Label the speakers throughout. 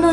Speaker 1: の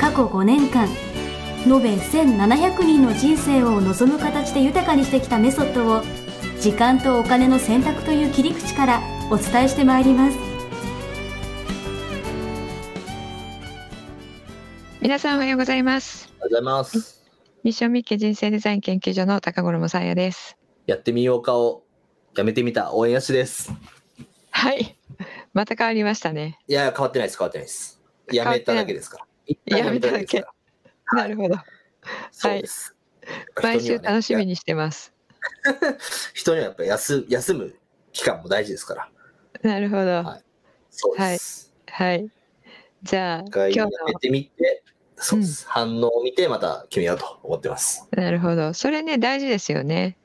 Speaker 1: 過去5年間延べ1700人の人生を望む形で豊かにしてきたメソッドを時間とお金の選択という切り口からお伝えしてまいります
Speaker 2: 皆さんおはようございます
Speaker 3: おはようございます。
Speaker 2: ミッションミッケ人生デザイン研究所の高頃もさやです
Speaker 3: やってみようかをやめてみた応援やしです。
Speaker 2: はいまた変わりましたね
Speaker 3: いやいや変わってないです変わってないです。やめただけですから。一旦
Speaker 2: やめただけ
Speaker 3: やめ
Speaker 2: なるほど
Speaker 3: ただけですから。そう
Speaker 2: 毎
Speaker 3: で
Speaker 2: 週
Speaker 3: す。人にはね
Speaker 2: 楽しみ
Speaker 3: いや
Speaker 2: にしてます
Speaker 3: 人にはやっぱ休休む期間も大事ですから。
Speaker 2: なるほど
Speaker 3: はいそうです。
Speaker 2: はいじゃあ
Speaker 3: 一
Speaker 2: 今
Speaker 3: 回
Speaker 2: 日
Speaker 3: や
Speaker 2: の
Speaker 3: めてみて、そうです。反応を見てまた決めようと思ってます。
Speaker 2: なるほどそれね大事ですよね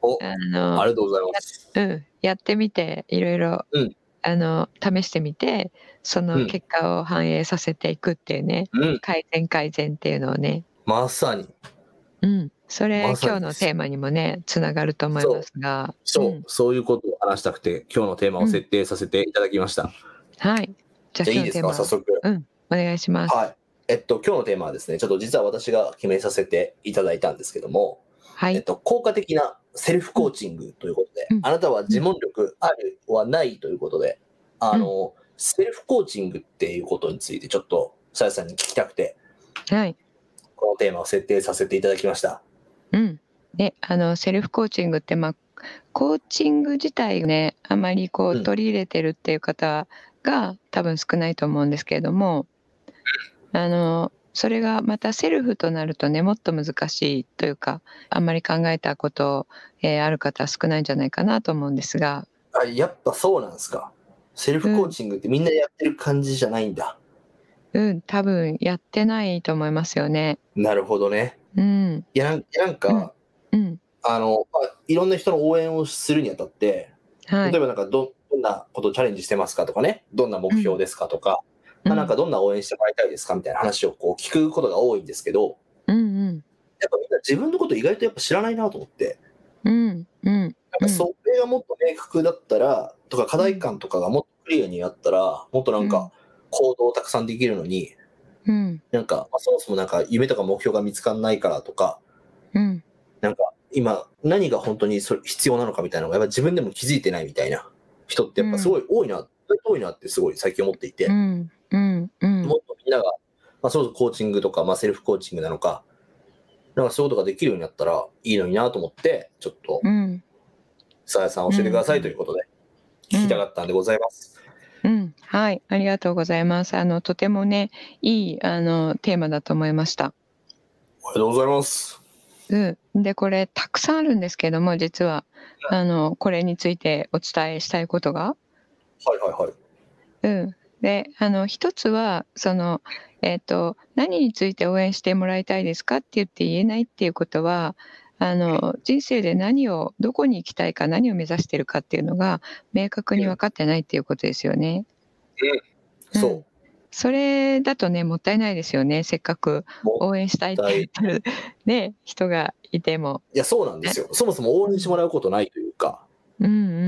Speaker 3: お、
Speaker 2: あ
Speaker 3: あ
Speaker 2: の
Speaker 3: りがとうございます。
Speaker 2: うんやってみていろいろ
Speaker 3: うん
Speaker 2: あの試してみてそうの
Speaker 3: ん
Speaker 2: 結果を反映させていくっていうね
Speaker 3: うん、
Speaker 2: 改善改善っていうのをね
Speaker 3: まさに。
Speaker 2: うんそれ今
Speaker 3: まさ
Speaker 2: 日
Speaker 3: に
Speaker 2: のテーマにもねつながると思いますが
Speaker 3: そう、
Speaker 2: うん
Speaker 3: そういうことを話したくて、今日のテーマを設定させていただきました。
Speaker 2: はい。じゃあ
Speaker 3: じゃ
Speaker 2: 今
Speaker 3: あいい
Speaker 2: 日
Speaker 3: で
Speaker 2: のテ
Speaker 3: す
Speaker 2: ーマ
Speaker 3: か、早速。
Speaker 2: お願いします。
Speaker 3: はい。えっと、今日のテーマはですね、ちょっと実は私が決めさせていただいたんですけども、
Speaker 2: は
Speaker 3: えっ
Speaker 2: い。
Speaker 3: と、効果的なセルフコーチングということで、
Speaker 2: うん
Speaker 3: あなたは自問力あるはないということで、あの、セルフコーチングっていうことについてちょっと、さやさんに聞きたくて、
Speaker 2: はい。
Speaker 3: このテーマを設定させていただきました。
Speaker 2: うん。で、あの、セルフコーチングって、まあ、コーチング自体ね、あまりこ
Speaker 3: う
Speaker 2: う、
Speaker 3: ん
Speaker 2: 取り入れてるっていう方が多分少ないと思うんですけれども、あの、それがまたセルフとなるとね、もっと難しいというか、あんまり考えたこと、えーある方は少ないんじゃないかなと思うんですが、
Speaker 3: あ、やっぱそうなんですか。セルフコーチングってみんなやってる感じじゃないんだ。
Speaker 2: うん、多分やってないと思いますよね。
Speaker 3: なるほどね。
Speaker 2: うん、
Speaker 3: いや、なんいやなんか、
Speaker 2: うん、
Speaker 3: あの、まあいろんな人の応援をするにあたって、
Speaker 2: は
Speaker 3: 例え
Speaker 2: い。
Speaker 3: ばなんかどどんなことチャレンジしてますかとかねどんな目標ですかとか、まあなんかどんな応援してもらいたいですかみたいな話をこう聞くことが多いんですけど
Speaker 2: うん、うん、
Speaker 3: やっぱみんな自分のこと意外とやっぱ知らないなと思って
Speaker 2: うん、うん。
Speaker 3: やっぱそれがもっと明確だったらとか課題感とかがもっとクリアになったらもっとなん
Speaker 2: うん
Speaker 3: か行動をたくさんできるのに
Speaker 2: うん、
Speaker 3: なんかまあそもそもなんか夢とか目標が見つかんないからとか
Speaker 2: うん、
Speaker 3: なんか今何が本当にそれ必要なのかみたいなのがやっぱ自分でも気づいてないみたいな人ってやっぱすごい多いな、多いなってすごい最近思っていて。
Speaker 2: うん、うん、うん
Speaker 3: もっとみんなが、まあ、それこそコーチングとか、まあ、セルフコーチングなのか、なんかそういうことができるようになったらいいのになと思って、ちょっと、
Speaker 2: うん、
Speaker 3: さやさん教えてくださ
Speaker 2: う
Speaker 3: い
Speaker 2: ん
Speaker 3: ということで、
Speaker 2: うん
Speaker 3: 聞きたかったんでございます。
Speaker 2: うん、はい、ありがとうございます。あの、とてもね、いい、あの、テーマだと思いました。
Speaker 3: おはようございます。
Speaker 2: うん、で、これ、たくさんあるんですけども、実は、あの、これについてお伝えしたいことが。
Speaker 3: はいはいはい。
Speaker 2: うん、で、あの、一つは、その、えっ、と、何について応援してもらいたいですかって言って言えないっていうことは。あの人生で何をどこに行きたいか何を目指してるかっていうのが明確に分かってないっていうことですよね。うん
Speaker 3: そう。
Speaker 2: それだとねもったいないですよねせっかく
Speaker 3: もう
Speaker 2: 応援したいって言ってる、ね、人がいても。
Speaker 3: いや、そうなんですよ。そもそも応援してもらうことないというか、
Speaker 2: うんう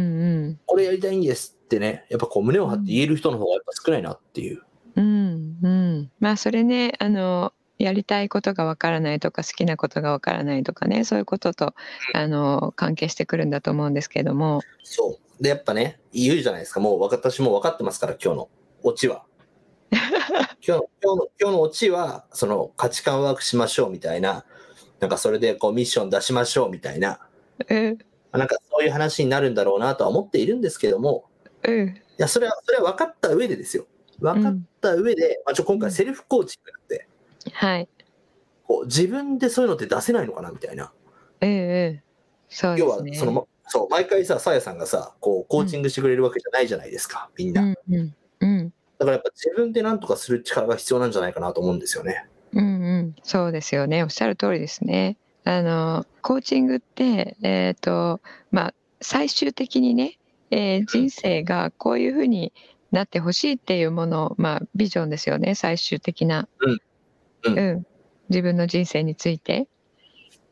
Speaker 2: ん
Speaker 3: これやりたいんですってね、やっぱこう胸を張って言える人の方がやっぱ少ないなっていう。
Speaker 2: うんうんうんまあそれねあのやりたいことがわからないとか好きなことがわからないとかねそういうこととあの関係してくるんだと思うんですけども
Speaker 3: そう。で、やっぱね、言うじゃないですか。もう私もう分かってますから、今日のオチ は。今日の、今日の、今日のオチは、その価値観ワークしましょうみたいな、なんかそれでこうミッション出しましょうみたいな、
Speaker 2: うん
Speaker 3: なんかそういう話になるんだろうなとは思っているんですけども、
Speaker 2: うん
Speaker 3: いや、それは、それは分かった上でですよ。分かった上で、まあ、ちょ今回セルフコーチングって、
Speaker 2: はい
Speaker 3: こう自分でそういうのって出せないのかなみたいな。
Speaker 2: うんうんそう
Speaker 3: 要
Speaker 2: で
Speaker 3: は
Speaker 2: すね。
Speaker 3: その、まそう、毎回さ、さやさんがさ、こう、コーチングしてくれるわけじゃないじゃないですか、みん
Speaker 2: う
Speaker 3: な。
Speaker 2: んうんうん
Speaker 3: だからやっぱ自分で何とかする力が必要なんじゃないかなと思うんですよね。
Speaker 2: うんうんうん、そうですよね。おっしゃる通りですね。あの、コーチングって、えっ、と、まあ、最終的にね、えー人生がこういうふうになってほしいっていうもの、まあ、ビジョンですよね。最終的な。
Speaker 3: うんうん
Speaker 2: ん自分の人生について。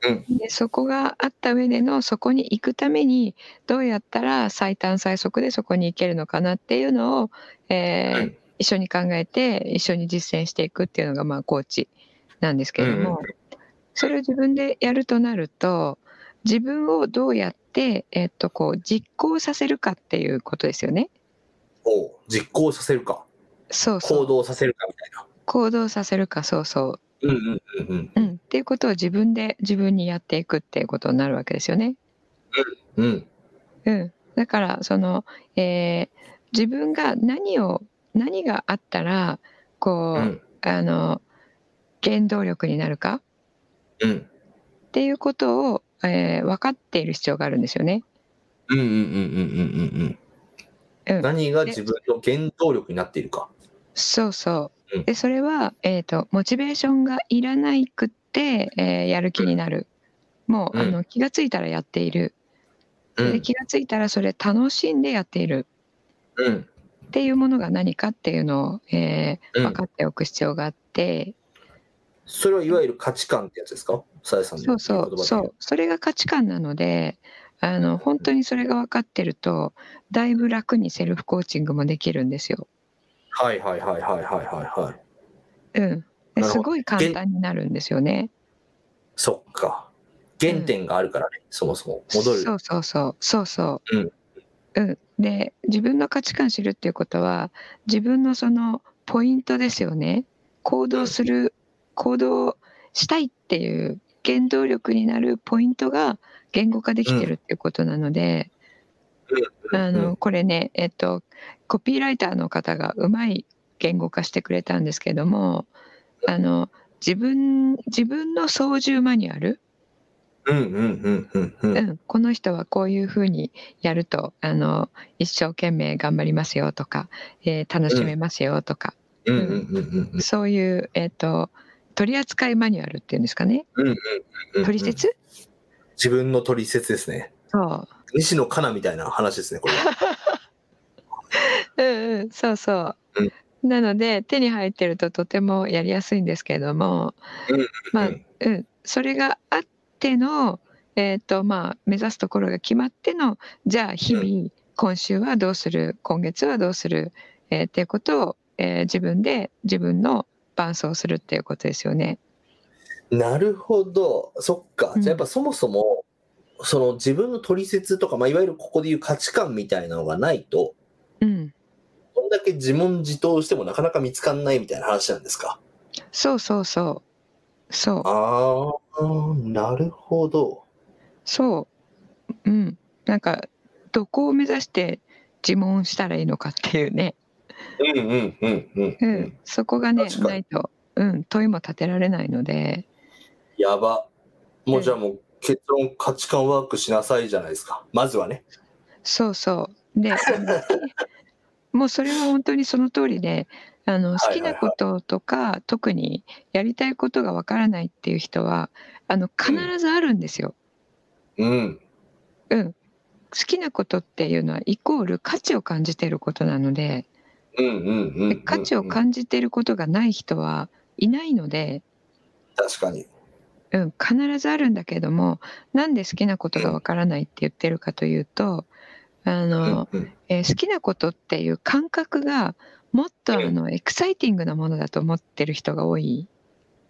Speaker 3: うん
Speaker 2: でそこがあった上でのそこに行くためにどうやったら最短最速でそこに行けるのかなっていうのを、えー
Speaker 3: うん
Speaker 2: 一緒に考えて一緒に実践していくっていうのがまあコーチなんですけれども、それを自分でやるとなると自分をどうやって、えっと、こう実行させるかっていうことですよね。
Speaker 3: おう実行させるか
Speaker 2: そうそ
Speaker 3: 行
Speaker 2: う
Speaker 3: 動させるかみたいな
Speaker 2: 行動させるかそうそう、
Speaker 3: うんうんうんうん
Speaker 2: うん、っていうことを自分で自分にやっていくっていうことになるわけですよね。
Speaker 3: うん
Speaker 2: うん、だからその、えー自分が何を何があったらこう、
Speaker 3: うん
Speaker 2: あの原動力になるか
Speaker 3: うん
Speaker 2: っていうことを、えー分かっている必要があるんですよね。
Speaker 3: うんうんうんうんうんうん
Speaker 2: う
Speaker 3: うんん何が自分の原動力になっているか
Speaker 2: そうそう。
Speaker 3: うん
Speaker 2: でそれは、えー、とモチベーションがいらないくって、えーやる気になる。もう、
Speaker 3: うん
Speaker 2: あの気がついたらやっている、
Speaker 3: う
Speaker 2: で
Speaker 3: ん
Speaker 2: 気がついたらそれ楽しんでやっている
Speaker 3: うん
Speaker 2: っていうものが何かっていうのを、えー
Speaker 3: うん
Speaker 2: 分かっておく必要があって、
Speaker 3: それはいわゆる価値観ってやつですかさやさんの
Speaker 2: そうそ
Speaker 3: 言
Speaker 2: う
Speaker 3: 葉で
Speaker 2: そうそれが価値観なのであの本当にそれが分かってるとだいぶ楽にセルフコーチングもできるんですよ。
Speaker 3: はいはいはいはいはいはいはい
Speaker 2: うん、
Speaker 3: な
Speaker 2: で
Speaker 3: るほど
Speaker 2: すごい簡単になるんですよね。
Speaker 3: そっか原点があるからね、そもそも戻る
Speaker 2: そうそうそうそうそう。
Speaker 3: うん
Speaker 2: うん、で自分の価値観知るっていうことは自分のそのポイントですよね。行動する行動したいっていう原動力になるポイントが言語化できてるっていうことなので。あの、これね、えっと、コピーライターの方がうまい言語化してくれたんですけどもあの自分自分の操縦マニュアル、
Speaker 3: うんうんうんうんうんう
Speaker 2: うんん、この人はこういうふうにやるとあの一生懸命頑張りますよとか、えー楽しめますよとか、
Speaker 3: うんうんうんうん
Speaker 2: そういう、えっと取り扱いマニュアルっていうんですかね
Speaker 3: うんうんうん
Speaker 2: 取説、
Speaker 3: 自分の取説ですね
Speaker 2: そう
Speaker 3: 西野カナみたいな話ですねこれは
Speaker 2: うんうん、そうそうう。なので手に入ってるととてもやりやすいんですけれども、
Speaker 3: うん
Speaker 2: まあ
Speaker 3: うん、
Speaker 2: うん、それがあっての、えーとまあ、目指すところが決まってのじゃあ日々、
Speaker 3: う
Speaker 2: 今週はどうする今月はどうする、えーっていうことを、えー自分で自分の伴奏するっていうことですよね。
Speaker 3: なるほどそっか、
Speaker 2: うん
Speaker 3: じゃあやっぱそもそもその自分の取説とか、まあ、いわゆるここでいう価値観みたいなのがないと
Speaker 2: うん、
Speaker 3: こんだけ自問自答してもなかなか見つかんないみたいな話なんですか
Speaker 2: そうそうそうそう
Speaker 3: ああなるほど
Speaker 2: そう、うん、なんかどこを目指して自問したらいいのかっていうね。
Speaker 3: うんうんうんうん
Speaker 2: う
Speaker 3: うんん、
Speaker 2: そこがね
Speaker 3: 確かに
Speaker 2: ないと、うん、問いも立てられないので
Speaker 3: やばも
Speaker 2: う
Speaker 3: うんじゃあもう結論価値観ワークしなさいじゃないですかまずはね
Speaker 2: そうそうであの もうそれは本当にその通りであの
Speaker 3: はい
Speaker 2: 好
Speaker 3: はい
Speaker 2: きなこととか、特にやりたいことがわからないっていう人はあの必ずあるんですよ、
Speaker 3: うん
Speaker 2: うん好きなことっていうのはイコール価値を感じていることなので
Speaker 3: うんうんうん、う
Speaker 2: で
Speaker 3: ん、
Speaker 2: 価値を
Speaker 3: うん
Speaker 2: 感じていることがない人はいないので、
Speaker 3: 確かに
Speaker 2: うん、必ずあるんだけどもなんで好きなことがわからないって言ってるかというとあの、
Speaker 3: うんうん
Speaker 2: えー好きなことっていう感覚がもっとあのエキサイティングなものだと思ってる人が多い。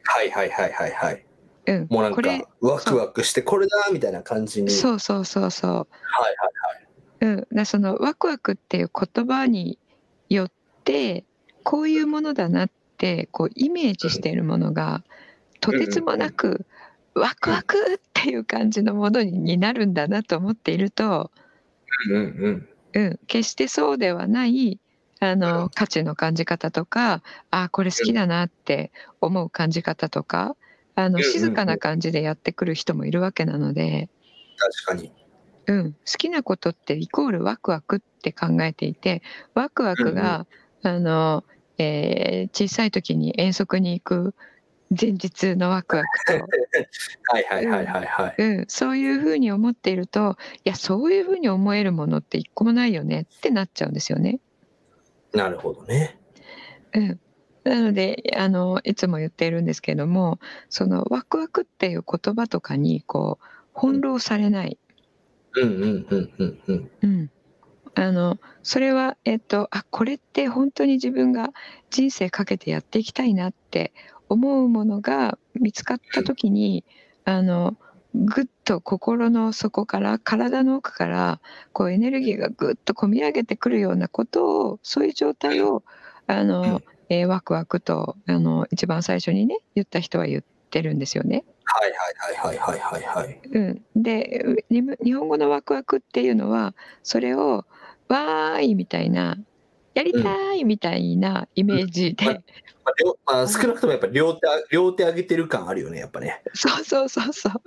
Speaker 3: はいはいはいはいはい
Speaker 2: うん、
Speaker 3: もうなん
Speaker 2: これ
Speaker 3: かワクワクしてこれだみたいな感じに
Speaker 2: そうそうそうそ
Speaker 3: はいは
Speaker 2: う、うん、だからそのワクワクっていう言葉によってこういうものだなってこうイメージしているものがとてつもなくワクワクっていう感じのものにになるんだなと思っていると、
Speaker 3: いうんうん
Speaker 2: うん、決してそうではないあ
Speaker 3: う
Speaker 2: の
Speaker 3: ん
Speaker 2: 価値の感じ方とかあこれ好きだなって思う感じ方とかあ
Speaker 3: う
Speaker 2: の
Speaker 3: んうん
Speaker 2: 静かな感じでやってくる人もいるわけなので、
Speaker 3: 確かに
Speaker 2: うん、好きなことってイコールワクワクって考えていてワクワクが、あのえー小さい時に遠足に行く前日のワクワクと、
Speaker 3: はいはいはいはいはい。
Speaker 2: うん、そういうふうに思っているといやそういうふうに思えるものって一個もないよねってなっちゃうんですよね。
Speaker 3: なるほどね。
Speaker 2: うん、なのであのいつも言っているんですけどもそのワクワクっていう言葉とかにこう翻弄されない、
Speaker 3: うんうんうんうんうん。
Speaker 2: うん、あのそれは、えっと、あこれって本当に自分が人生かけてやっていきたいなって思うものが見つかった時にあのぐっと心の底から体の奥からこうエネルギーがぐっと込み上げてくるようなことをそういう状態をあの、えーワクワクとあの一番最初にね言った人は言ってるんですよね。
Speaker 3: はいはいはいはいはいはいはい。
Speaker 2: うん、でうに日本語のワクワクっていうのはそれを「わーい」みたいな「やりたーい」みたいなイメージで、
Speaker 3: うんまあ両まあ、少なくともやっぱ両手両手上げてる感あるよね、やっぱね。
Speaker 2: そうそうそうそう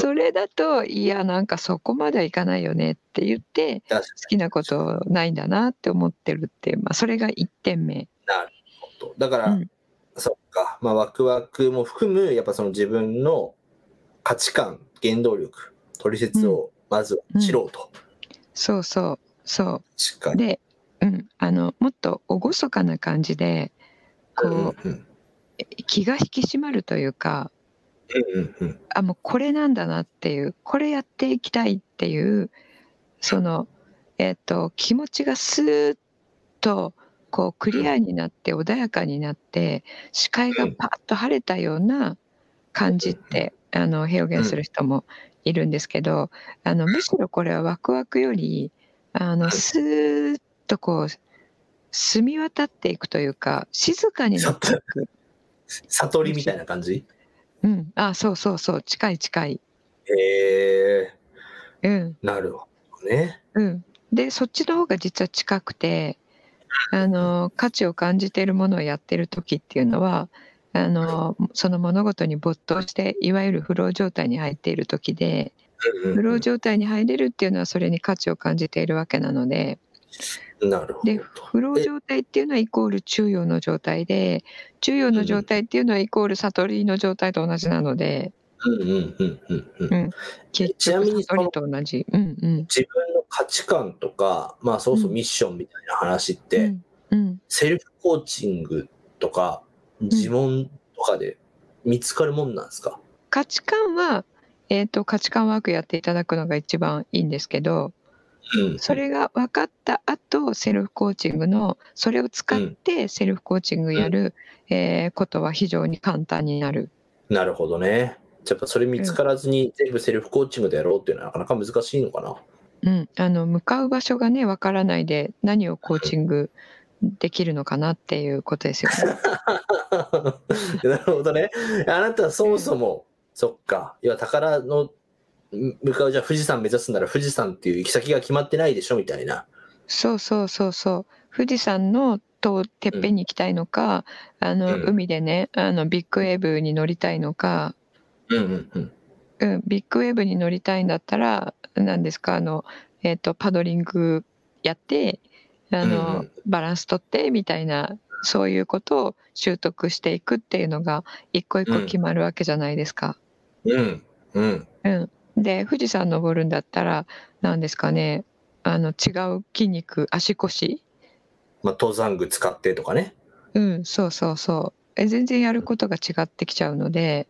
Speaker 2: それだと「いやなんかそこまではいかないよね」って言って
Speaker 3: 確か
Speaker 2: 好きなことないんだなって思ってるっていう、まあ、それが1点目。
Speaker 3: にだから、
Speaker 2: うん
Speaker 3: そっか、まあ、ワクワクも含む、やっぱその自分の価値観、原動力、取説をまずは知ろうと。
Speaker 2: そうそうそう
Speaker 3: しっかり。
Speaker 2: で、うん、あのもっと厳かな感じでこう、
Speaker 3: うんうん
Speaker 2: 気が引き締まるというか。
Speaker 3: うんうんうん
Speaker 2: あもうこれなんだなっていうこれやっていきたいっていうその、えっと気持ちがスーッとこうクリアになって穏やかになって視界がパッと晴れたような感じってあの表現する人もいるんですけどあのむしろこれはワクワクよりあのスーッとこう澄み渡っていくというか静かになっていく。
Speaker 3: 悟りみたいな感じ
Speaker 2: うん、あそうそうそう近い近い。
Speaker 3: へえ
Speaker 2: うん
Speaker 3: なるほどね。
Speaker 2: うん、でそっちの方が実は近くてあの価値を感じているものをやってる時っていうのはあのその物事に没頭していわゆるフロー状態に入っている時で
Speaker 3: うんうんうん
Speaker 2: フロー状態に入れるっていうのはそれに価値を感じているわけなので
Speaker 3: なるほ
Speaker 2: で
Speaker 3: ど。
Speaker 2: フロー状態っていうのはイコール中庸の状態で中庸の状態っていうのはイコール悟りの状態と同じなので
Speaker 3: うんうんうんうんうん
Speaker 2: 結
Speaker 3: ちなみ
Speaker 2: 局
Speaker 3: にその
Speaker 2: 悟りと同じ。うんうん
Speaker 3: 自分の価値観とか、まあそうそう
Speaker 2: うん
Speaker 3: ミッションみたいな話って、
Speaker 2: うんうん
Speaker 3: セルフコーチングとか、自問とかで見つかるもんなんですか、
Speaker 2: 価値観は、えー、と価値観ワークやっていただくのが一番いいんですけど
Speaker 3: うん、
Speaker 2: それが分かった後セルフコーチングのそれを使ってセルフコーチングやる、えーことは非常に簡単になる。
Speaker 3: なるほどね。じゃあやっぱそれ見つからずに全部セルフコーチングでやろうっていうのはなかなか難しいのかな。
Speaker 2: うん、あの向かう場所がね分からないで何をコーチングできるのかなっていうことですよ ね。
Speaker 3: なるほどね。あなたはそもそも、そっか、要は宝のん向かうじゃあ富士山目指すなら富士山っていう行き先が決まってないでしょみたいな。
Speaker 2: そうそうそうそう富士山のとてっぺんに行きたいのか、あの
Speaker 3: うん
Speaker 2: 海でねあのビッグウェーブに乗りたいのか、
Speaker 3: うんうんうん。
Speaker 2: うん、ビッグウェーブに乗りたいんだったら何ですかあの、えー、とパドリングやってあの、
Speaker 3: うんうん
Speaker 2: バランス取ってみたいなそういうことを習得していくっていうのが一個一個決まるわけじゃないですか。
Speaker 3: うんうん。
Speaker 2: うん、で富士山登るんだったら何ですかねあの違う筋肉足腰、
Speaker 3: まあ、登山具使ってとかね。
Speaker 2: うん、そうそうそうえ全然やることが違ってきちゃうので。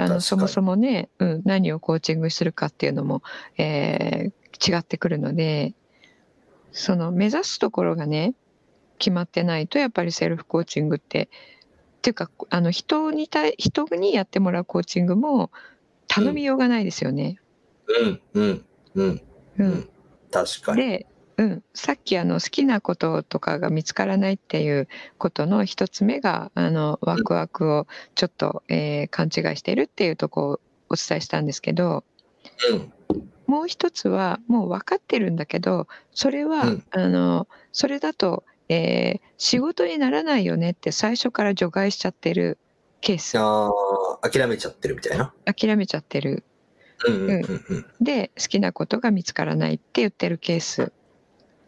Speaker 2: あ
Speaker 3: 確か
Speaker 2: の
Speaker 3: に
Speaker 2: そもそもね、うん、何をコーチングするかっていうのも、えー違ってくるのでその目指すところがね決まってないとやっぱりセルフコーチングってっていうかあの人に対人にやってもらうコーチングも頼みようがないですよね。
Speaker 3: うんうんうん
Speaker 2: う
Speaker 3: うんん。確かに。
Speaker 2: で、うん、さっきあの好きなこととかが見つからないっていうことの一つ目があのワクワクをちょっと、えー勘違いしているっていうところをお伝えしたんですけど
Speaker 3: うん
Speaker 2: もう一つはもう分かってるんだけどそれは、
Speaker 3: うん
Speaker 2: あのそれだと、えー仕事にならないよねって最初から除外しちゃってるケース
Speaker 3: あー諦めちゃってるみたいな。
Speaker 2: 諦めちゃってる
Speaker 3: うんうんうんうん。
Speaker 2: で好きなことが見つからないって言ってるケース。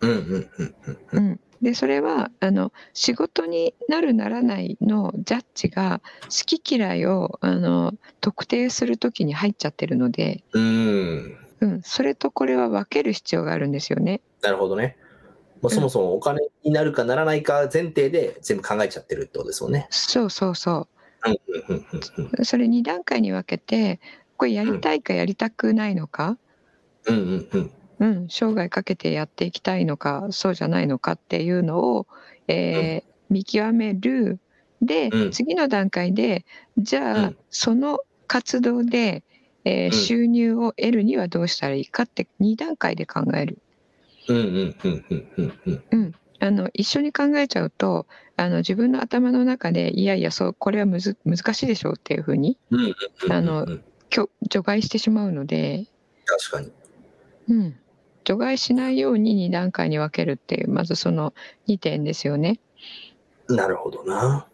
Speaker 3: うんうんうんうん。
Speaker 2: うん、でそれはあの仕事になるならないのジャッジが好き嫌いをあの特定する時に入っちゃってるので、
Speaker 3: うん。
Speaker 2: うん、それとこれは分ける必要があるんですよね。
Speaker 3: なるほどね。まあ、そもそもお金になるかならないか前提で全部考えちゃってるってことですもんね。
Speaker 2: そうそうそ
Speaker 3: うんうんうんうん
Speaker 2: うそれ2段階に分けてこれやりたいかやりたくないのか、
Speaker 3: うんうんうん。
Speaker 2: うん、生涯かけてやっていきたいのかそうじゃないのかっていうのを、えー見極めるで、
Speaker 3: うん
Speaker 2: 次の段階でじゃあ、
Speaker 3: うん
Speaker 2: その活動で、えー
Speaker 3: うん
Speaker 2: 収入を得るにはどうしたらいいかって2段階で考える
Speaker 3: うんうんうんうんうんうん。
Speaker 2: あの一緒に考えちゃうとあの自分の頭の中でいやいやそうこれはむず難しいでしょうっていうふうに
Speaker 3: うんうんうん
Speaker 2: あの
Speaker 3: うん
Speaker 2: きょ除外してしまうので、
Speaker 3: 確かに。
Speaker 2: うん、除外しないように2段階に分けるっていうまずその2点ですよね。
Speaker 3: なるほどな。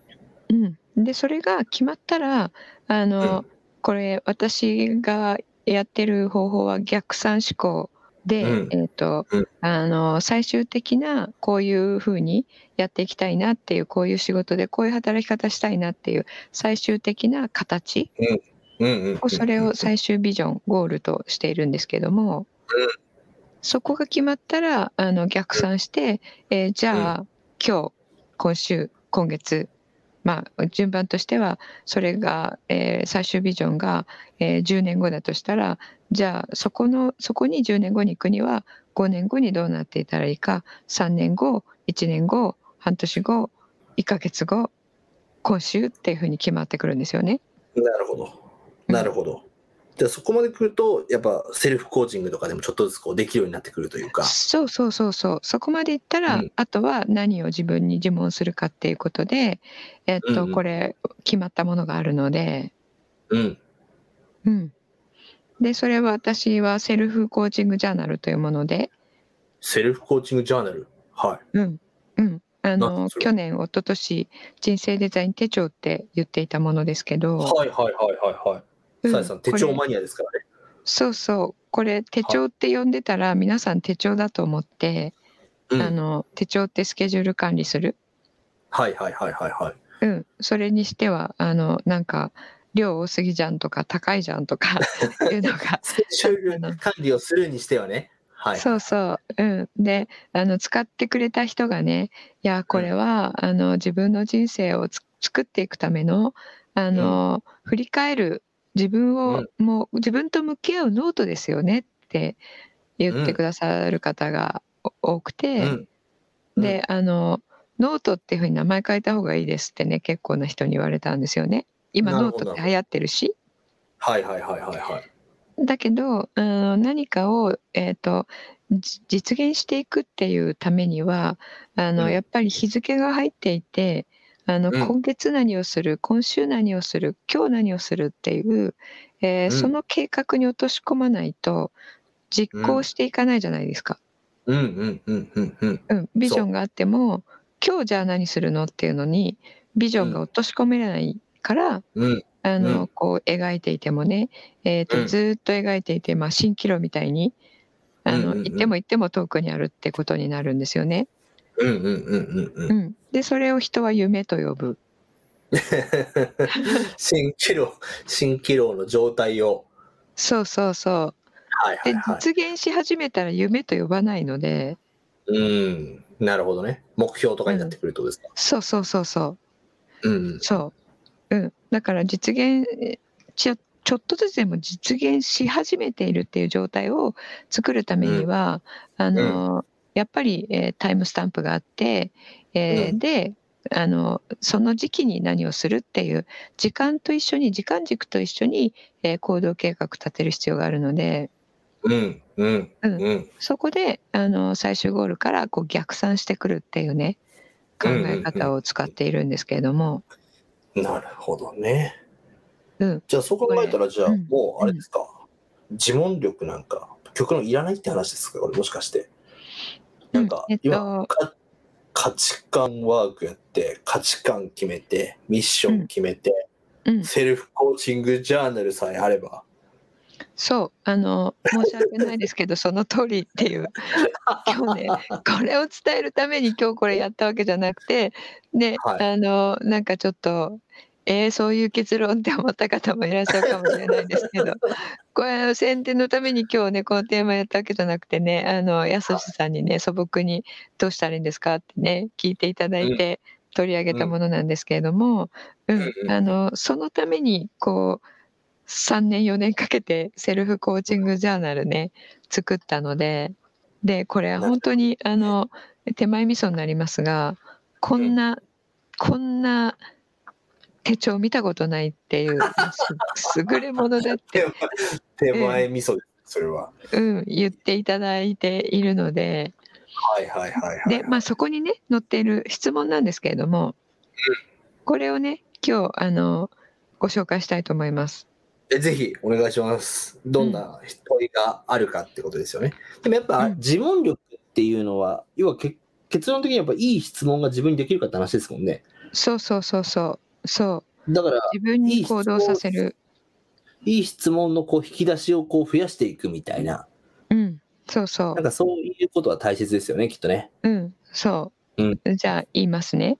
Speaker 2: うん、でそれが決まったらあの、
Speaker 3: う
Speaker 2: これ私がやってる方法は逆算思考で、
Speaker 3: うん
Speaker 2: えーと
Speaker 3: うん
Speaker 2: あの最終的なこういうふうにやっていきたいなっていうこういう仕事でこういう働き方したいなっていう最終的な形
Speaker 3: うんうんうんう
Speaker 2: を
Speaker 3: ん。
Speaker 2: それを最終ビジョンゴールとしているんですけども、
Speaker 3: うん
Speaker 2: そこが決まったらあの逆算して、えーじゃあ、今日今週今月まあ順番としてはそれが、えー最終ビジョンが、えー10年後だとしたらじゃあそこのそこに10年後に行くには5年後にどうなっていたらいいか3年後1年後半年後1ヶ月後今週っていうふうに決まってくるんですよね。
Speaker 3: なるほど。なるほど。じゃあそこまで来ると、やっぱセルフコーチングとかでもちょっとずつこうできるようになってくるというか。
Speaker 2: そうそうそうそうそこまでいったら、
Speaker 3: うん
Speaker 2: あとは何を自分に自問するかっていうことで、えっと
Speaker 3: うんうん
Speaker 2: これ決まったものがあるので、
Speaker 3: うん。
Speaker 2: うん、でそれは私はセルフコーチングジャーナルというもので、
Speaker 3: セルフコーチングジャーナル。は
Speaker 2: うんうん、あの
Speaker 3: あそれ
Speaker 2: 去年一昨年人生デザイン手帳って言っていたものですけ
Speaker 3: い。
Speaker 2: ど、
Speaker 3: はいはいはいはいはい。
Speaker 2: うん
Speaker 3: さやさん、手
Speaker 2: これ
Speaker 3: 帳マニアですからね。
Speaker 2: そうそうこれ手帳って呼んでたら皆さん手帳だと思って、
Speaker 3: うん
Speaker 2: あの手帳ってスケジュール管理する
Speaker 3: はいはいはいはいはい。
Speaker 2: うん、それにしてはあのなんか量多すぎじゃんとか高いじゃんと かいうのが、
Speaker 3: スケジュール管理をするにしてはね。はい。
Speaker 2: そうそう、うん、であの使ってくれた人がねいやこれは、あの自分の人生をつ作っていくためのあの、振り返る自分を、もう自分と向き合うノートですよねって言ってくださる方がお多くて、
Speaker 3: うん。うん
Speaker 2: であのノートっていうふうに名前変えた方がいいですってね結構な人に言われたんですよね今
Speaker 3: なる
Speaker 2: ノ
Speaker 3: ほ
Speaker 2: ー
Speaker 3: ど
Speaker 2: トって流行ってるし
Speaker 3: はいはいはいはいはい。
Speaker 2: だけど、うん、何かを、えー、とじ実現していくっていうためにはあの、
Speaker 3: うん
Speaker 2: やっぱり日付が入っていてあの、
Speaker 3: うん
Speaker 2: 今月何をする今週何をする今日何をするっていう、えー
Speaker 3: うん
Speaker 2: その計画に落とし込まないと実行していかないじゃないですか。
Speaker 3: うんうんうんうんうん。
Speaker 2: うん、ビジョンがあっても今日じゃあ何するのっていうのにビジョンが落とし込めないから、
Speaker 3: うん
Speaker 2: あの
Speaker 3: うん
Speaker 2: こう描いていてもね、えーと
Speaker 3: うん
Speaker 2: ずーっと描いていて、まあ、蜃気楼みたいにあの、
Speaker 3: うんうんうん
Speaker 2: 行っても行っても遠くにあるってことになるんですよね。
Speaker 3: うんうんうんうんう。
Speaker 2: うんん、でそれを人は夢と呼ぶ。
Speaker 3: 新気楼、新気楼の状態を。
Speaker 2: そうそうそ。
Speaker 3: はいうは
Speaker 2: で
Speaker 3: いはい。
Speaker 2: 実現し始めたら夢と呼ばないので
Speaker 3: うん。なるほどね。目標とかになってくるってことですか。
Speaker 2: そうそうそうそう。
Speaker 3: うん。
Speaker 2: そう、うん、だから実現えちょちょっとずつでも実現し始めているっていう状態を作るためには、あのやっぱり、えータイムスタンプがあって、えー
Speaker 3: うん
Speaker 2: であのその時期に何をするっていう時間と一緒に時間軸と一緒に、えー行動計画立てる必要があるので
Speaker 3: うんうん
Speaker 2: う
Speaker 3: うんん。
Speaker 2: そこであの最終ゴールからこう逆算してくるっていうね考え方を使っているんですけれども、
Speaker 3: なるほどね。
Speaker 2: うん、
Speaker 3: じゃあそう考えたら、じゃあ
Speaker 2: うん
Speaker 3: もうあれですか。自問力なんか、極論いらないって話ですか、これもしかして。なんか
Speaker 2: うんえっと
Speaker 3: 今、か価値観ワークやって価値観決めてミッション決めて、
Speaker 2: うん、
Speaker 3: セルフコーチングジャーナルさえあれば
Speaker 2: そうあの申し訳ないですけどその通りっていう今日ねこれを伝えるために今日これやったわけじゃなくてね、
Speaker 3: は
Speaker 2: あのなんかちょっとえー、そういう結論って思った方もいらっしゃるかもしれないですけどこれあの宣伝のために今日ねこのテーマやったわけじゃなくてねあのやすしさんにね素朴に「どうしたらいいんですか?」ってね聞いていただいて取り上げたものなんですけれども、うん
Speaker 3: うんうん
Speaker 2: あのそのためにこう3年4年かけてセルフコーチングジャーナルね作ったのででこれは本当にあの手前味噌になりますがこんな、こんな手帳見たことないっていうす 優れものだって
Speaker 3: 手 前手前味噌です、それは。
Speaker 2: うん、言っていただいているので
Speaker 3: はいはいはいはい。
Speaker 2: で、まあ、そこにね載っている質問なんですけれどもこれをね今日あのご紹介したいと思います。
Speaker 3: えぜひお願いします。どんな問いがあるかってことですよね。でもやっぱ
Speaker 2: うん
Speaker 3: 自問力っていうのは、要はけ結論的にやっぱいい質問が自分にできるかって話ですもんね。
Speaker 2: そうそうそうそうそう
Speaker 3: だから
Speaker 2: 自分に行動させる。
Speaker 3: いい質問のこう引き出しをこう増やしていくみたいな、
Speaker 2: うん、そうそ
Speaker 3: なんかそういうことは大切ですよね、きっとね。
Speaker 2: う。うん、そう。じゃあ言いますね。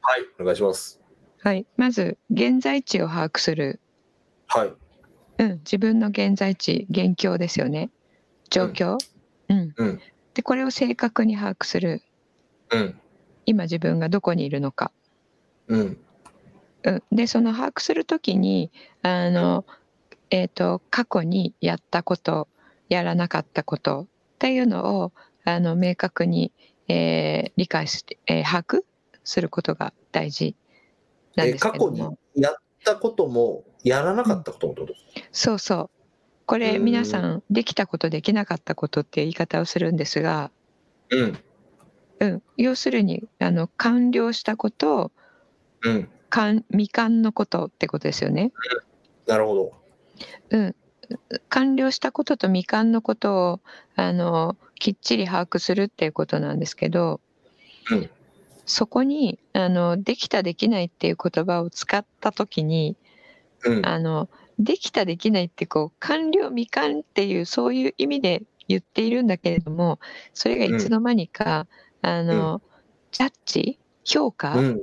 Speaker 3: はい、お願いします。
Speaker 2: はい。まず、現在地を把握する。
Speaker 3: はい。
Speaker 2: うん、自分の現在地、現況ですよね。状況。うん。
Speaker 3: うん
Speaker 2: で、これを正確に把握する。
Speaker 3: うん。
Speaker 2: 今自分がどこにいるのか。
Speaker 3: うん。
Speaker 2: うん、で、その把握するときに、あの、えっ、と、過去にやったこと、やらなかったことっていうのを、あの、明確に、えー理解して、えー把握することが大事なん
Speaker 3: え
Speaker 2: です
Speaker 3: 過
Speaker 2: けど
Speaker 3: 去
Speaker 2: も。
Speaker 3: にやったことも、やらなかったこともってことですか
Speaker 2: そうそう。こ
Speaker 3: う
Speaker 2: れ
Speaker 3: ーん
Speaker 2: 皆さんできたことできなかったことっていう言い方をするんですが、
Speaker 3: うん。
Speaker 2: うん、要するにあの完了したこと
Speaker 3: うん。
Speaker 2: 完未完のことってことですよね。
Speaker 3: なるほど。
Speaker 2: うん、完了したことと未完のことをあのきっちり把握するっていうことなんですけど、
Speaker 3: うん
Speaker 2: そこにあのできたできないっていう言葉を使った時に
Speaker 3: うん。
Speaker 2: あのできたできないってこう完了未完っていうそういう意味で言っているんだけれどもそれがいつの間にか、あの、ジャッジ評価、
Speaker 3: う
Speaker 2: うん
Speaker 3: ん。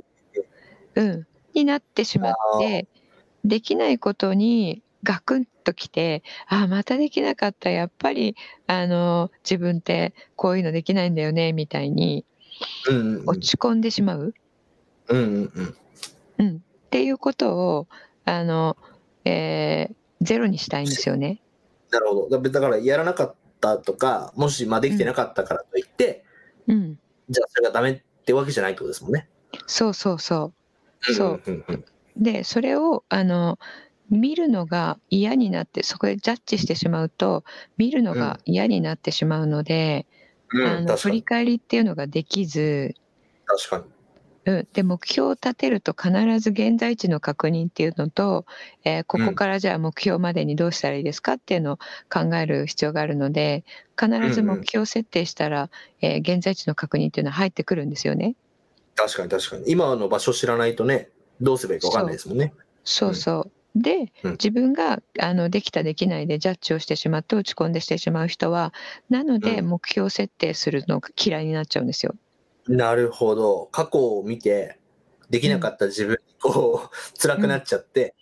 Speaker 2: になってしまってできないことにガクンときてああまたできなかったやっぱりあの自分ってこういうのできないんだよねみたいに
Speaker 3: うん。うん。
Speaker 2: 落ち込んでしまう。
Speaker 3: うん。うん。うん。
Speaker 2: うん、っていうことをあの、えーゼロにしたいんですよね。
Speaker 3: なるほど。だだから、やらなかったとか、もし、まあ、できてなかったからといって、
Speaker 2: うん、
Speaker 3: じゃあ、それがダメってわけじゃないってことですもんね。
Speaker 2: そうそうそう。そう。
Speaker 3: うんうん
Speaker 2: でそれをあの見るのが嫌になってそこでジャッジしてしまうと見るのが嫌になってしまうので、
Speaker 3: うん
Speaker 2: あ
Speaker 3: うん、
Speaker 2: の
Speaker 3: 確か
Speaker 2: 振り
Speaker 3: に。
Speaker 2: 返りっていうのができず、
Speaker 3: 確かに。
Speaker 2: うん、で目標を立てると必ず現在地の確認っていうのと、えーここからじゃあ目標までにどうしたらいいですかっていうのを考える必要があるので必ず目標設定したら、えー現在地の確認っていうのは入ってくるんですよね。
Speaker 3: 確かに、確かに。今の場所知らないとね、どうすればいいかわかんないですもんね。
Speaker 2: そうそう。で、
Speaker 3: うん
Speaker 2: 自分があのできたできないでジャッジをしてしまって落ち込んでしてしまう人はなので
Speaker 3: うん
Speaker 2: 目標設定するのが嫌いになっちゃうんですよ。
Speaker 3: なるほど。過去を見て、できなかった自分にこう、辛くなっちゃって、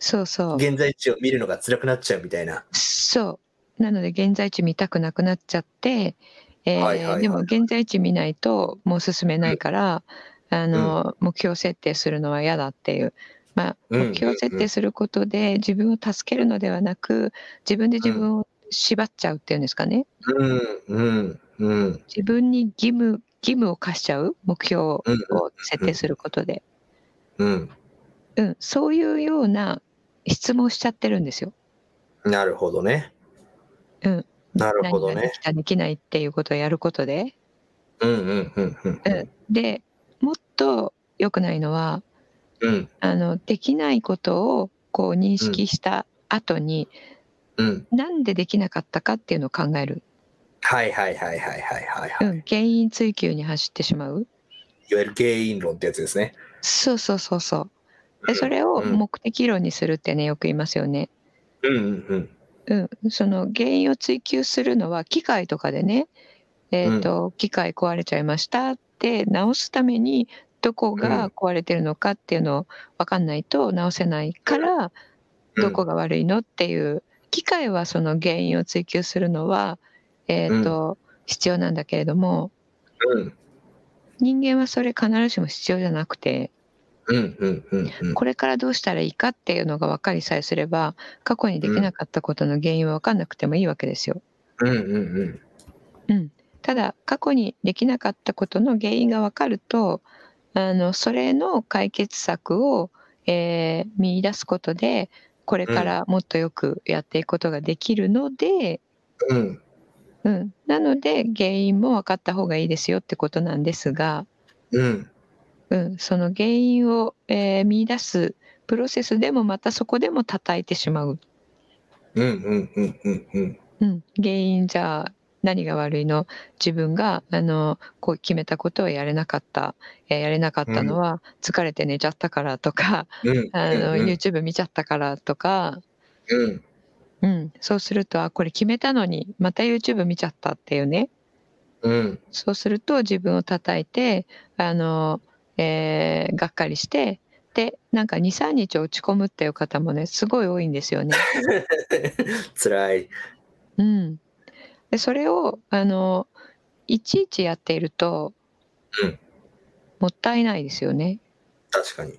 Speaker 2: そうそう。
Speaker 3: 現在地を見るのが辛くなっちゃうみたいな。
Speaker 2: そうなので現在地見たくなくなっちゃって、えー
Speaker 3: はいはいはい
Speaker 2: でも現在地見ないともう進めないから、あの目標設定するのは嫌だっていう、まあ、
Speaker 3: うん
Speaker 2: 目標設定することで自分を助けるのではなく自分で自分を縛っちゃうっていうんですかね
Speaker 3: うん、うん、うん、
Speaker 2: 自分に義務義務を課しちゃう目標を
Speaker 3: うん、
Speaker 2: 設定することで、
Speaker 3: うん。
Speaker 2: うん、そういうような質問をしちゃってるんですよ。
Speaker 3: なるほどね。
Speaker 2: うん
Speaker 3: なるほど
Speaker 2: 何がで
Speaker 3: ね
Speaker 2: き。たできないっていうことをやることで。
Speaker 3: うん、うん、うん、うん。
Speaker 2: でもっと良くないのは
Speaker 3: うん、
Speaker 2: あのできないことをこう認識した後に、
Speaker 3: うん。
Speaker 2: なんでできなかったかっていうのを考える、
Speaker 3: はいはいはいはいはいはい、は
Speaker 2: う
Speaker 3: い
Speaker 2: ん、原因追及に走ってしまう
Speaker 3: いわゆる原因論ってやつですね。
Speaker 2: そうそうそうそう
Speaker 3: う
Speaker 2: で
Speaker 3: ん
Speaker 2: それを
Speaker 3: うん
Speaker 2: 目的論にするってねよく言いますよね、
Speaker 3: うんうんうん。
Speaker 2: うん、その原因を追求するのは機械とかでね、えーと機械壊れちゃいましたって直すためにどこが壊れてるのかっていうのを分かんないと直せないから
Speaker 3: うん
Speaker 2: どこが悪いのっていう機械はその原因を追求するのは、えーと必要なんだけれども
Speaker 3: うん
Speaker 2: 人間はそれ必ずしも必要じゃなくて
Speaker 3: うんうんうんうん
Speaker 2: これからどうしたらいいかっていうのが分かりさえすれば過去にできなかったことの原因は分かんなくてもいいわけですよ。
Speaker 3: うんうんうん
Speaker 2: ただ過去にできなかったことの原因が分かるとあのそれの解決策を、えー見出すことでこれからもっとよくやっていくことができるので、
Speaker 3: うん
Speaker 2: うん、なので原因も分かった方がいいですよってことなんですが、
Speaker 3: うん
Speaker 2: うん、その原因を、えー見出すプロセスでもまたそこでも叩いてしまう、
Speaker 3: うんうんうんうんうん
Speaker 2: うん、原因じゃあ何が悪いの自分があのこう決めたことをやれなかった、えーやれなかったのは疲れて寝ちゃったからとか、
Speaker 3: うん
Speaker 2: あの
Speaker 3: うん
Speaker 2: YouTube 見ちゃったからとか、
Speaker 3: うん
Speaker 2: うん、そうするとあこれ決めたのにまた YouTube 見ちゃったっていうね
Speaker 3: うん
Speaker 2: そうすると自分を叩いてあの、えーがっかりしてでなんか23日落ち込むっていう方もねすごい多いんです よね。
Speaker 3: 辛い
Speaker 2: うん、でそれをあのいちいちやっていると、
Speaker 3: うん
Speaker 2: もったいないですよね。
Speaker 3: 確かに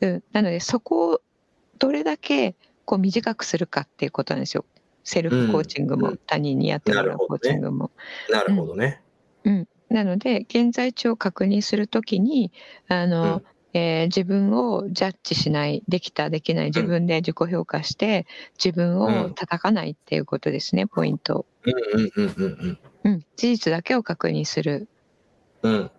Speaker 2: うん、なのでそこをどれだけこう短くするかっていうことなんですよ。セルフコーチング
Speaker 3: うんう
Speaker 2: も他人にやっても
Speaker 3: な
Speaker 2: ら
Speaker 3: る
Speaker 2: う
Speaker 3: ほ
Speaker 2: コ
Speaker 3: どね
Speaker 2: ーチングも。
Speaker 3: なるほどね
Speaker 2: なので現在地を確認するときにあの、えー自分をジャッジしないできたできない自分で自己評価して自分
Speaker 3: う
Speaker 2: を
Speaker 3: ん
Speaker 2: 叩かないっていうことですねポイント、
Speaker 3: うんうんうんうん
Speaker 2: うん、事実だけを確認する、
Speaker 3: うんうん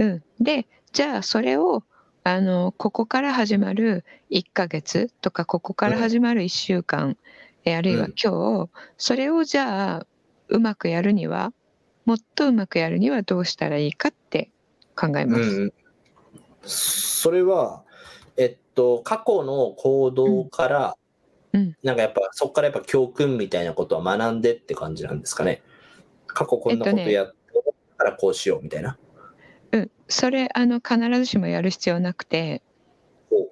Speaker 2: うん、でじゃあそれをあのここから始まる1ヶ月とかここから始まる1週間、えーあるいは
Speaker 3: うん
Speaker 2: 今日それをじゃあうまくやるにはもっとうまくやるにはどうしたらいいかって考えます。
Speaker 3: うんうん、それは、えっと、過去の行動から、
Speaker 2: うんうん
Speaker 3: なんかやっぱそこからやっぱ教訓みたいなことは学んでって感じなんですかね。過去こんなこと
Speaker 2: えっとね
Speaker 3: やってたからこうしようみたいな。
Speaker 2: うん、それあの必ずしもやる必要なくて
Speaker 3: ほ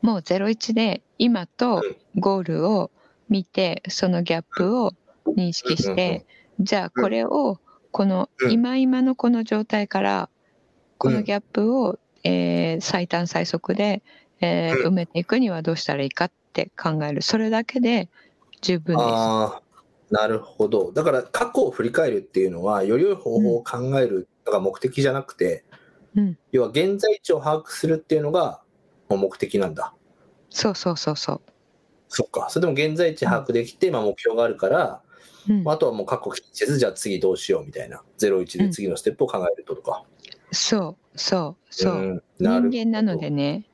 Speaker 2: もう01で今とゴールを見てそのギャップを認識してじゃあこれをこの
Speaker 3: うん
Speaker 2: 今今のこの状態からこ
Speaker 3: う
Speaker 2: の
Speaker 3: ん
Speaker 2: ギャップを、えー最短最速で、えー
Speaker 3: う
Speaker 2: 埋めていくにはどうしたらいいかって考えるそれだけで十分です。
Speaker 3: ああ、なるほど。だから過去を振り返るっていうのは、より良い方法を考えるのが目的じゃなくて、
Speaker 2: うん
Speaker 3: 要は現在地を把握するっていうのがもう目的なんだ。
Speaker 2: そうそうそうそ
Speaker 3: そっか。それでも現在地把握できて、まあ目標があるから、
Speaker 2: う、うん
Speaker 3: まあ、あとはもう過去気にせず、じゃあ次どうしようみたいな、01で次のステップを考えるととか。
Speaker 2: そうそうそう。
Speaker 3: ん
Speaker 2: 人間なので。ね、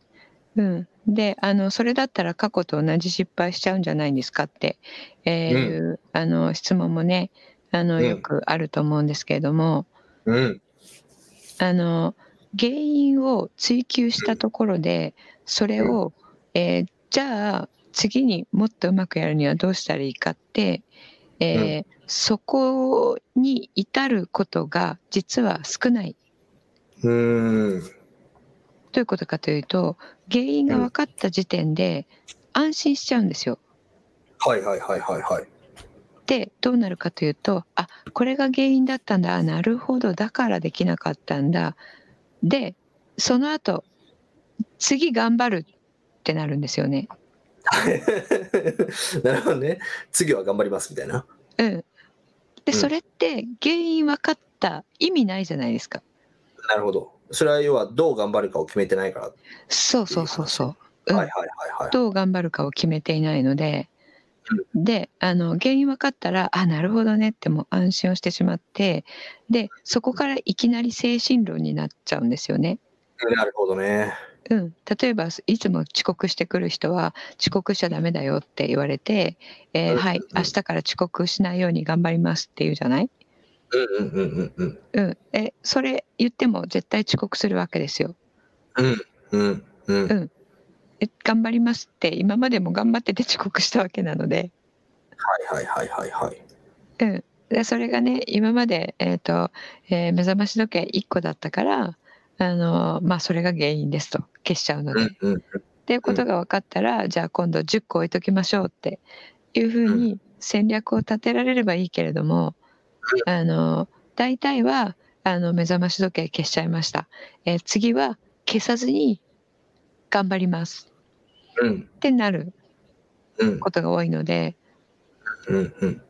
Speaker 2: うん、であのそれだったら過去と同じ失敗しちゃうんじゃないんですかって、えー
Speaker 3: うん
Speaker 2: いうあの質問もねあ
Speaker 3: う
Speaker 2: の
Speaker 3: ん
Speaker 2: よくあると思うんですけれども、
Speaker 3: ほどうん、
Speaker 2: あの原因を追求したところでそれを、えーじゃあ次にもっとうまくやるにはどうしたらいいかって、えーそこに至ることが実は少ない。
Speaker 3: うん、
Speaker 2: どういうことかというと原因が分かった時点で安心しちゃうんですよ。
Speaker 3: はいはいはいはいはい。
Speaker 2: でどうなるかというとあこれが原因だったんだあなるほどだからできなかったんだでその後次頑張るってなるんですよね。
Speaker 3: なるほどね。次は頑張りますみたいな。
Speaker 2: うん、
Speaker 3: う
Speaker 2: で
Speaker 3: ん
Speaker 2: それって原因分かった意味ないじゃないですか。
Speaker 3: なるほど。それは要はどう頑張るかを決めてないから。
Speaker 2: そうそうそうそう。うん
Speaker 3: はいはいはいはい。
Speaker 2: どう頑張るかを決めていないのでであの原因分かったらあなるほどねってもう安心をしてしまってでそこからいきなり精神論になっちゃうんですよね。
Speaker 3: なるほどね。
Speaker 2: うん、例えばいつも遅刻してくる人は遅刻しちゃダメだよって言われて、えー
Speaker 3: うん
Speaker 2: はい明日から遅刻しないように頑張りますって言うじゃない、
Speaker 3: うんうんうんうんうん。
Speaker 2: うん、えそれ言っても絶対遅刻するわけですよ。
Speaker 3: うんうん。
Speaker 2: え頑張りますって今までも頑張ってて遅刻したわけなので
Speaker 3: はいはいはいはい。
Speaker 2: うん、でそれがね今まで、えーとえー目覚まし時計1個だったからあの、まあ、それが原因ですと消しちゃうので、
Speaker 3: う
Speaker 2: っ
Speaker 3: んうん。
Speaker 2: ていうことが分かったら、じゃあ今度10個置いときましょうっていうふうに戦略を立てられればいいけれども、あの大体はあの目覚まし時計消しちゃいました、えー次は消さずに頑張ります
Speaker 3: うん
Speaker 2: ってなる
Speaker 3: うん
Speaker 2: ことが多いので
Speaker 3: うんうん。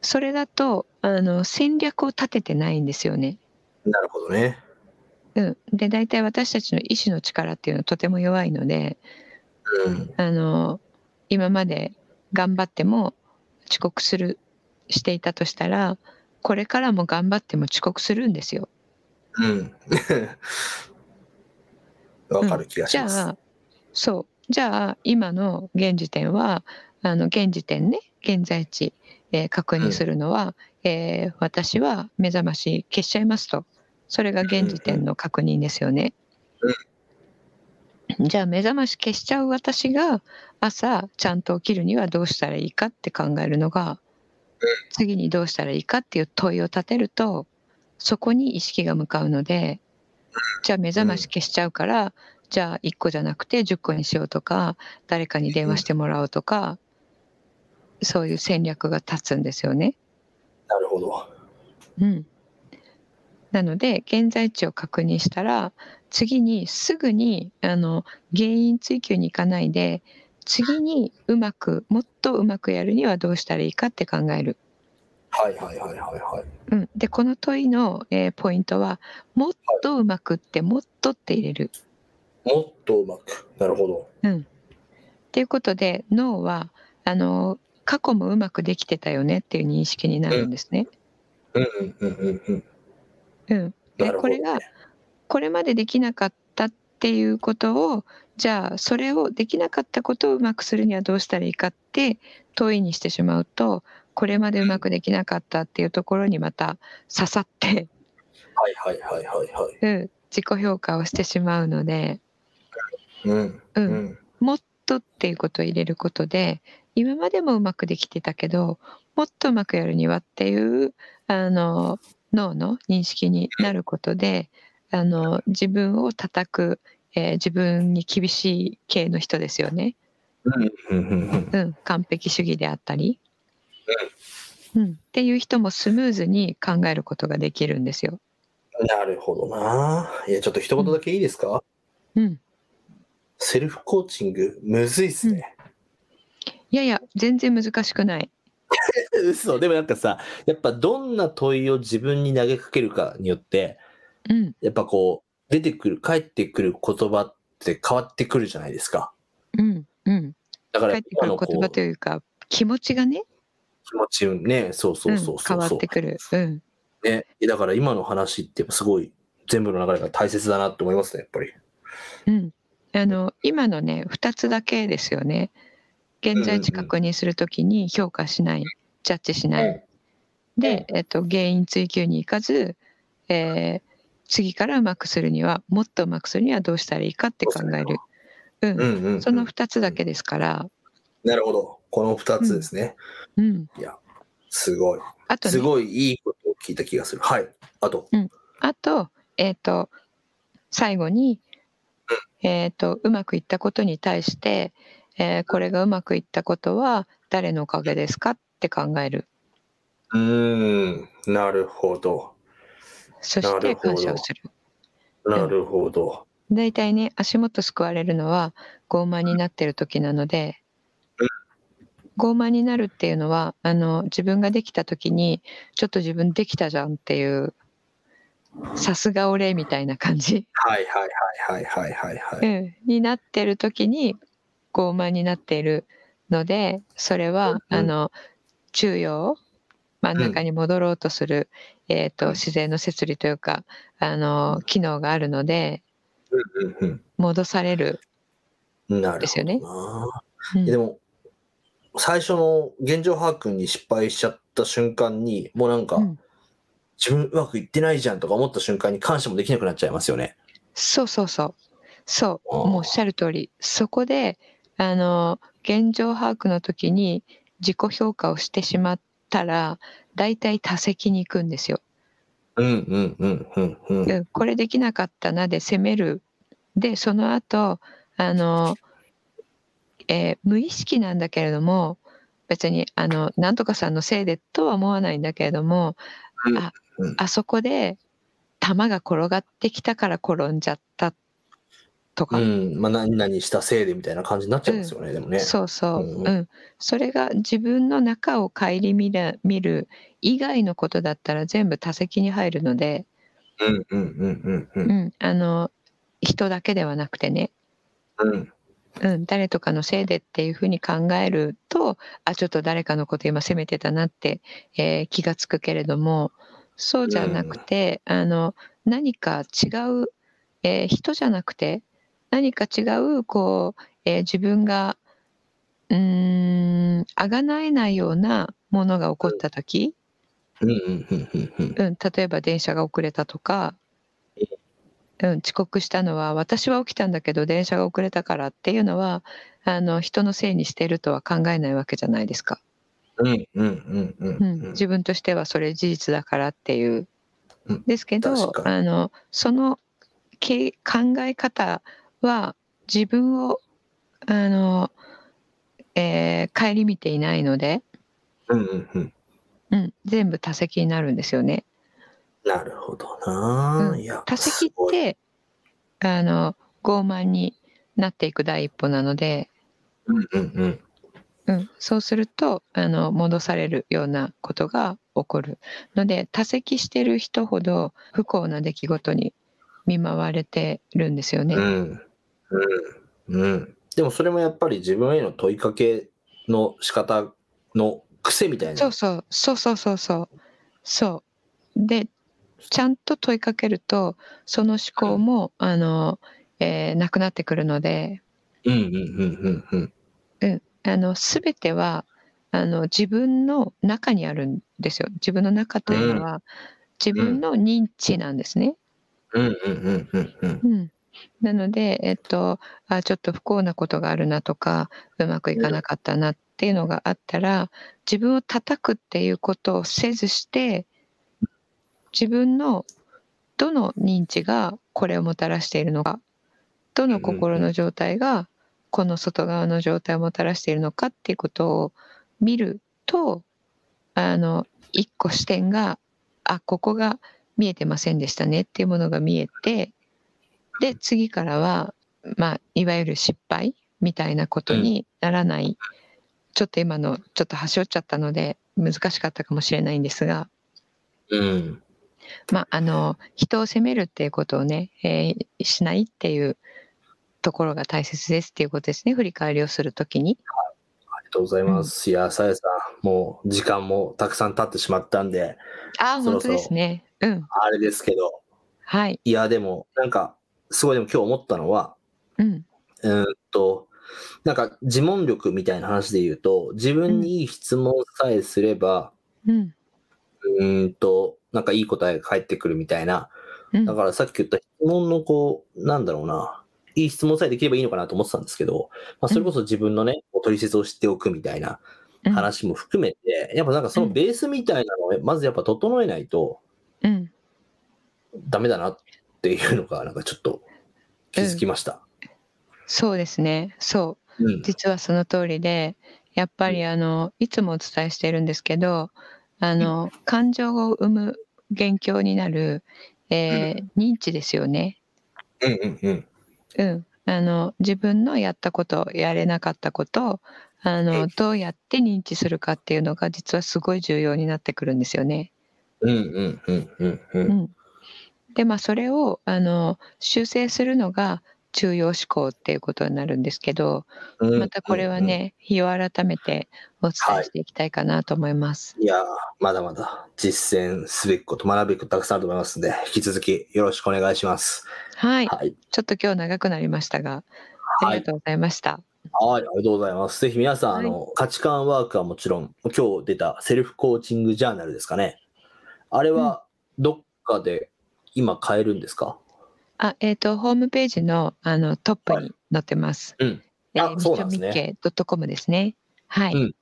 Speaker 2: それだとあの戦略を立ててないんですよね。
Speaker 3: なるほどね。
Speaker 2: うん、で大体私たちの意志の力っていうのはとても弱いので
Speaker 3: うん
Speaker 2: あの今まで頑張っても遅刻するしていたとしたらこれからも頑張っても遅刻するんですよ。
Speaker 3: うん。 わかる気がし
Speaker 2: じゃ
Speaker 3: ます。
Speaker 2: あそうじゃあ今の現時点はあの現時点ね現在地、えー確認するのは、えー私は目覚まし消しちゃいますとそれが現時点の確認ですよね。じゃあ目覚まし消しちゃう私が朝ちゃんと起きるにはどうしたらいいかって考えるのが次にどうしたらいいかっていう問いを立てるとそこに意識が向かうのでじゃあ目覚まし消しちゃうから、じゃあ1個じゃなくて10個にしようとか誰かに電話してもらおうとかそういう戦略が立つんですよね。
Speaker 3: なるほど。
Speaker 2: うん、なので現在地を確認したら次にすぐにあの原因追及に行かないで次にうまくもっとうまくやるにはどうしたらいいかって考える。
Speaker 3: はいはいはいはいはい。
Speaker 2: うん、でこの問いの、えーポイントは「もっとうまく」って「もっと」って入れる。
Speaker 3: もっとうまく。なるほど。
Speaker 2: っていうことで脳はあの過去もうまくできてたよねっていう認識になるんですね。
Speaker 3: うんうんうんうんうん。
Speaker 2: うん、
Speaker 3: な
Speaker 2: で
Speaker 3: るほど
Speaker 2: これがこれまでできなかったっていうことをじゃあそれをできなかったことをうまくするにはどうしたらいいかって問いにしてしまうとこれまでうまくできなかったっていうところにまた刺さって、
Speaker 3: はいはいはいはいはい。
Speaker 2: うん、自己評価をしてしまうので。
Speaker 3: うん
Speaker 2: う
Speaker 3: うんん。
Speaker 2: もっとっていうことを入れることで今までもうまくできてたけどもっとうまくやるにはっていうあの脳の認識になることであの自分を叩く、えー自分に厳しい系の人ですよね、
Speaker 3: うんうんうんうん。
Speaker 2: うん、完璧主義であったり、うん、っていう人もスムーズに考えることができるんですよ。
Speaker 3: なるほどな。いや、ちょっと一言だけいいですか
Speaker 2: うん、
Speaker 3: セルフコーチング、むずいっすね。
Speaker 2: いやいや全然難しくない。
Speaker 3: 嘘。でもなんかさ、やっぱどんな問いを自分に投げかけるかによって、
Speaker 2: うん
Speaker 3: やっぱこう、出てくる、返ってくる言葉って変わってくるじゃないですか。
Speaker 2: うんうん、
Speaker 3: だから
Speaker 2: 返ってく
Speaker 3: 今
Speaker 2: る
Speaker 3: のこう
Speaker 2: 言葉というか気持ちがね、
Speaker 3: 気持ちね、そうそうそうそううん
Speaker 2: 変わ
Speaker 3: そ
Speaker 2: ってくる、うん、
Speaker 3: う、ね。だから今の話ってすごい全部の流れが大切だなって思いますね、やっぱり。
Speaker 2: うん、あの今のね2つだけですよね現在地
Speaker 3: うんうんうん
Speaker 2: 確認するときに評価しないジャッジしない、
Speaker 3: うん
Speaker 2: で、えっと、原因追及に行かず、えー次からうまくするにはもっとうまくするにはどうしたらいいかって考える、うん
Speaker 3: うんうんうん。
Speaker 2: その2つだけですから、
Speaker 3: なるほど。この2つですね。
Speaker 2: うん、
Speaker 3: すごい。
Speaker 2: あと
Speaker 3: す
Speaker 2: ね
Speaker 3: ごいいいことを聞いた気がする。はい。あと。
Speaker 2: あと,、えっと最後に、えっとうまくいったことに対して、えーこれがうまくいったことは誰のおかげですかって考える
Speaker 3: うーん。なるほど。
Speaker 2: そ
Speaker 3: な
Speaker 2: し
Speaker 3: る
Speaker 2: て
Speaker 3: ほど
Speaker 2: 感謝をする
Speaker 3: なるほど。
Speaker 2: 大体ね足元すくわれるのは傲慢になってる時なので
Speaker 3: う
Speaker 2: 傲慢になるっていうのはあの自分ができた時にちょっと自分できたじゃんっていうさすが俺みたいな感じ
Speaker 3: はいはいはいはいはいはいは
Speaker 2: う
Speaker 3: い。
Speaker 2: ん、になってる時に傲慢になっているのでそれは、
Speaker 3: うん
Speaker 2: あの中央真ん中に戻ろうとする、えー、
Speaker 3: うん
Speaker 2: と自然の摂理というかあの機能があるので
Speaker 3: うんうん
Speaker 2: 戻される、
Speaker 3: うん。なるほどな。
Speaker 2: ですよね
Speaker 3: いやでも、最初の現状把握に失敗しちゃった瞬間に、もうなんか、
Speaker 2: うん
Speaker 3: 自分うまくいってないじゃんとか思った瞬間に感謝もできなくなっちゃいますよね。
Speaker 2: そうそうそうそう
Speaker 3: あー
Speaker 2: もうおっしゃる通りそこであの現状把握の時に自己評価をしてしまったら大体他責に行くんですよ。
Speaker 3: うんうんうんうんうん
Speaker 2: うんこれできなかったなで責めるでその後あの、えー無意識なんだけれども別にあのなんとかさんのせいでとは思わないんだけれども
Speaker 3: うん
Speaker 2: あ
Speaker 3: うん
Speaker 2: あそこで球が転がってきたから転んじゃったとか、
Speaker 3: うんまあ、何々したせいでみたいな感じになっちゃうんですよね、でもね。
Speaker 2: そうそう、
Speaker 3: う
Speaker 2: うんんそれが自分の中を顧みる見る以外のことだったら全部他責に入るので、
Speaker 3: うんうんうんう
Speaker 2: うんん、あの人だけではなくてね
Speaker 3: うんうん
Speaker 2: うん、誰とかのせいでっていうふうに考えるとあちょっと誰かのこと今責めてたなって、えー気がつくけれどもそうじゃなくて、あの何か違う、えー人じゃなくて何か違うこう、えー自分がうーんあがなえないようなものが起こった時、
Speaker 3: うんうんうんうんうん
Speaker 2: うん、例えば電車が遅れたとか、うん、遅刻したのは私は起きたんだけど電車が遅れたからっていうのはあの人のせいにしてるとは考えないわけじゃないですか、
Speaker 3: うんうんうん
Speaker 2: う
Speaker 3: うんん
Speaker 2: 自分としてはそれ事実だからっていう
Speaker 3: うん
Speaker 2: ですけど
Speaker 3: 確かに
Speaker 2: あのそのけ考え方は自分をあの、えー顧みていないので、
Speaker 3: うんうんうん
Speaker 2: うん、全部他責になるんですよね。
Speaker 3: なるほどな、
Speaker 2: うん
Speaker 3: いや
Speaker 2: 多席っ
Speaker 3: すごい
Speaker 2: てあの傲慢になっていく第一歩なので、
Speaker 3: うんうんうん
Speaker 2: うん、そうするとあの戻されるようなことが起こるので多席してる人ほど不幸な出来事に見舞われてるんですよね。
Speaker 3: うんうんうんでもそれもやっぱり自分への問いかけの仕方の癖みたいな
Speaker 2: そうそうそうそうそうそうそうでちゃんと問いかけるとその思考も、あの、えーなくなってくるので
Speaker 3: うんうんうんうんうん
Speaker 2: あの全てはあの自分の中にあるんですよ自分の中というのは、自分の認知なんですね、
Speaker 3: うんうんうんうん
Speaker 2: うん、なので、えっと、あちょっと不幸なことがあるなとかうまくいかなかったなっていうのがあったら自分を叩くっていうことをせずして自分のどの認知がこれをもたらしているのかどの心の状態がこの外側の状態をもたらしているのかっていうことを見るとあの一個視点があここが見えてませんでしたねっていうものが見えてで次からは、まあ、いわゆる失敗みたいなことにならない、ちょっと今のちょっと端折っちゃったので難しかったかもしれないんですが、
Speaker 3: うん
Speaker 2: まあ、あの人を責めるっていうことをね、えーしないっていうところが大切ですっていうことですね振り返りをするときに。
Speaker 3: ありがとうございます、いやさやさんもう時間もたくさん経ってしまったんで
Speaker 2: ああ
Speaker 3: そ
Speaker 2: 本
Speaker 3: ろそ
Speaker 2: 当
Speaker 3: ろ
Speaker 2: ですね。うん
Speaker 3: あれですけど
Speaker 2: はい、
Speaker 3: いやでもなんかすごいでも今日思ったのは
Speaker 2: うん
Speaker 3: うーんと、なんか自問力みたいな話で言うと、自分にいい質問さえすれば、
Speaker 2: うん
Speaker 3: うーんと、なんかいい答えが返ってくるみたいな。
Speaker 2: うん
Speaker 3: だからさっき言った質問のこう、なんだろうな。いい質問さえできればいいのかなと思ってたんですけど、まあ、それこそ自分のね、こう取説を知っておくみたいな
Speaker 2: うん
Speaker 3: 話も含めて、やっぱなんかそのベースみたいなのをまずやっぱ整えないと
Speaker 2: うん
Speaker 3: ダメだなっていうのが、なんかちょっと気づきました。
Speaker 2: そうですねそう
Speaker 3: うん。
Speaker 2: 実はその通りでやっぱりあのいつもお伝えしてるんですけどあの感情を生む元凶になる、えー認知ですよね、
Speaker 3: うんうんうん。
Speaker 2: うん、あの自分のやったことやれなかったことあ
Speaker 3: うん
Speaker 2: のどうやって認知するかっていうのが実はすごい重要になってくるんですよね。
Speaker 3: うんうんうんうんうん
Speaker 2: う。ん、でまあそれをあの修正するのが中庸思考っていうことになるんですけど
Speaker 3: うん
Speaker 2: またこれは
Speaker 3: うんうん
Speaker 2: ね日を改めてお伝えしていきたいかなと思います。
Speaker 3: いやーまだまだ実践すべきこと、学ぶべきことたくさんあると思いますので、引き続きよろしくお願いします。
Speaker 2: はい、
Speaker 3: はい。
Speaker 2: ちょっと今日長くなりましたがあ
Speaker 3: はい
Speaker 2: りがとうございました。
Speaker 3: はい、ありがとうございます。ぜひ皆さん、
Speaker 2: はい
Speaker 3: あの、価値観ワークはもちろん、今日出たセルフコーチングジャーナルですかね。あれは、どっかで今買えるんですか、
Speaker 2: あえっ、とホームページのあのトップ
Speaker 3: は
Speaker 2: に載ってます。
Speaker 3: うん
Speaker 2: えー
Speaker 3: あそうなんですね
Speaker 2: みちょみっけ .com ですね。はい。
Speaker 3: うん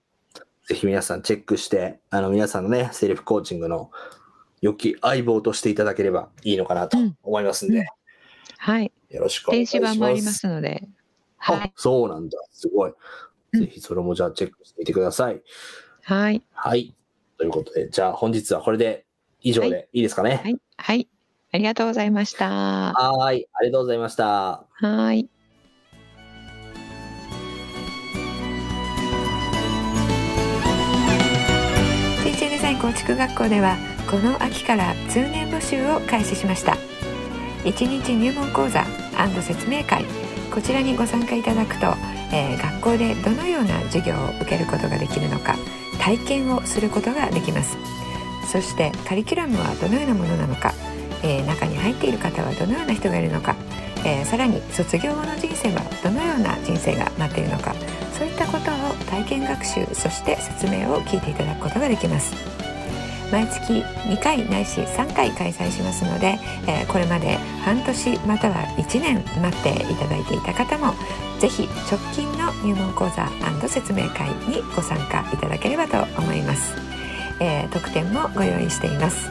Speaker 3: ぜひ皆さんチェックして、あの皆さんのね、セルフコーチングの良き相棒としていただければいいのかなと
Speaker 4: うん
Speaker 3: 思いますんで、
Speaker 4: はい。
Speaker 3: よろしくお願
Speaker 4: 電
Speaker 3: いし
Speaker 4: 子
Speaker 3: ま
Speaker 4: 版
Speaker 3: す。
Speaker 4: もありますので。は
Speaker 3: あ
Speaker 4: い。
Speaker 3: そうなんだ。すごい。
Speaker 4: うん
Speaker 3: ぜひそれもじゃあチェックしてみてください。
Speaker 4: はい。
Speaker 3: はい。ということで、じゃあ本日はこれで以上
Speaker 4: は
Speaker 3: でいいですかね。
Speaker 4: はい。はい。ありがとうございました。
Speaker 3: はーい、ありがとうございました。
Speaker 4: はい。
Speaker 2: 新生デザイン構築学校ではこの秋から通年募集を開始しました一日入門講座説明会こちらにご参加いただくと、えー学校でどのような授業を受けることができるのか体験をすることができますそしてカリキュラムはどのようなものなのか、えー中に入っている方はどのような人がいるのか、えーさらに卒業後の人生はどのような人生が待っているのかそういったことを体験学習そして説明を聞いていただくことができます毎月2回ないし3回開催しますので、えーこれまで半年または1年待っていただいていた方もぜひ直近の入門講座説明会にご参加いただければと思います、えー特典もご用意しています、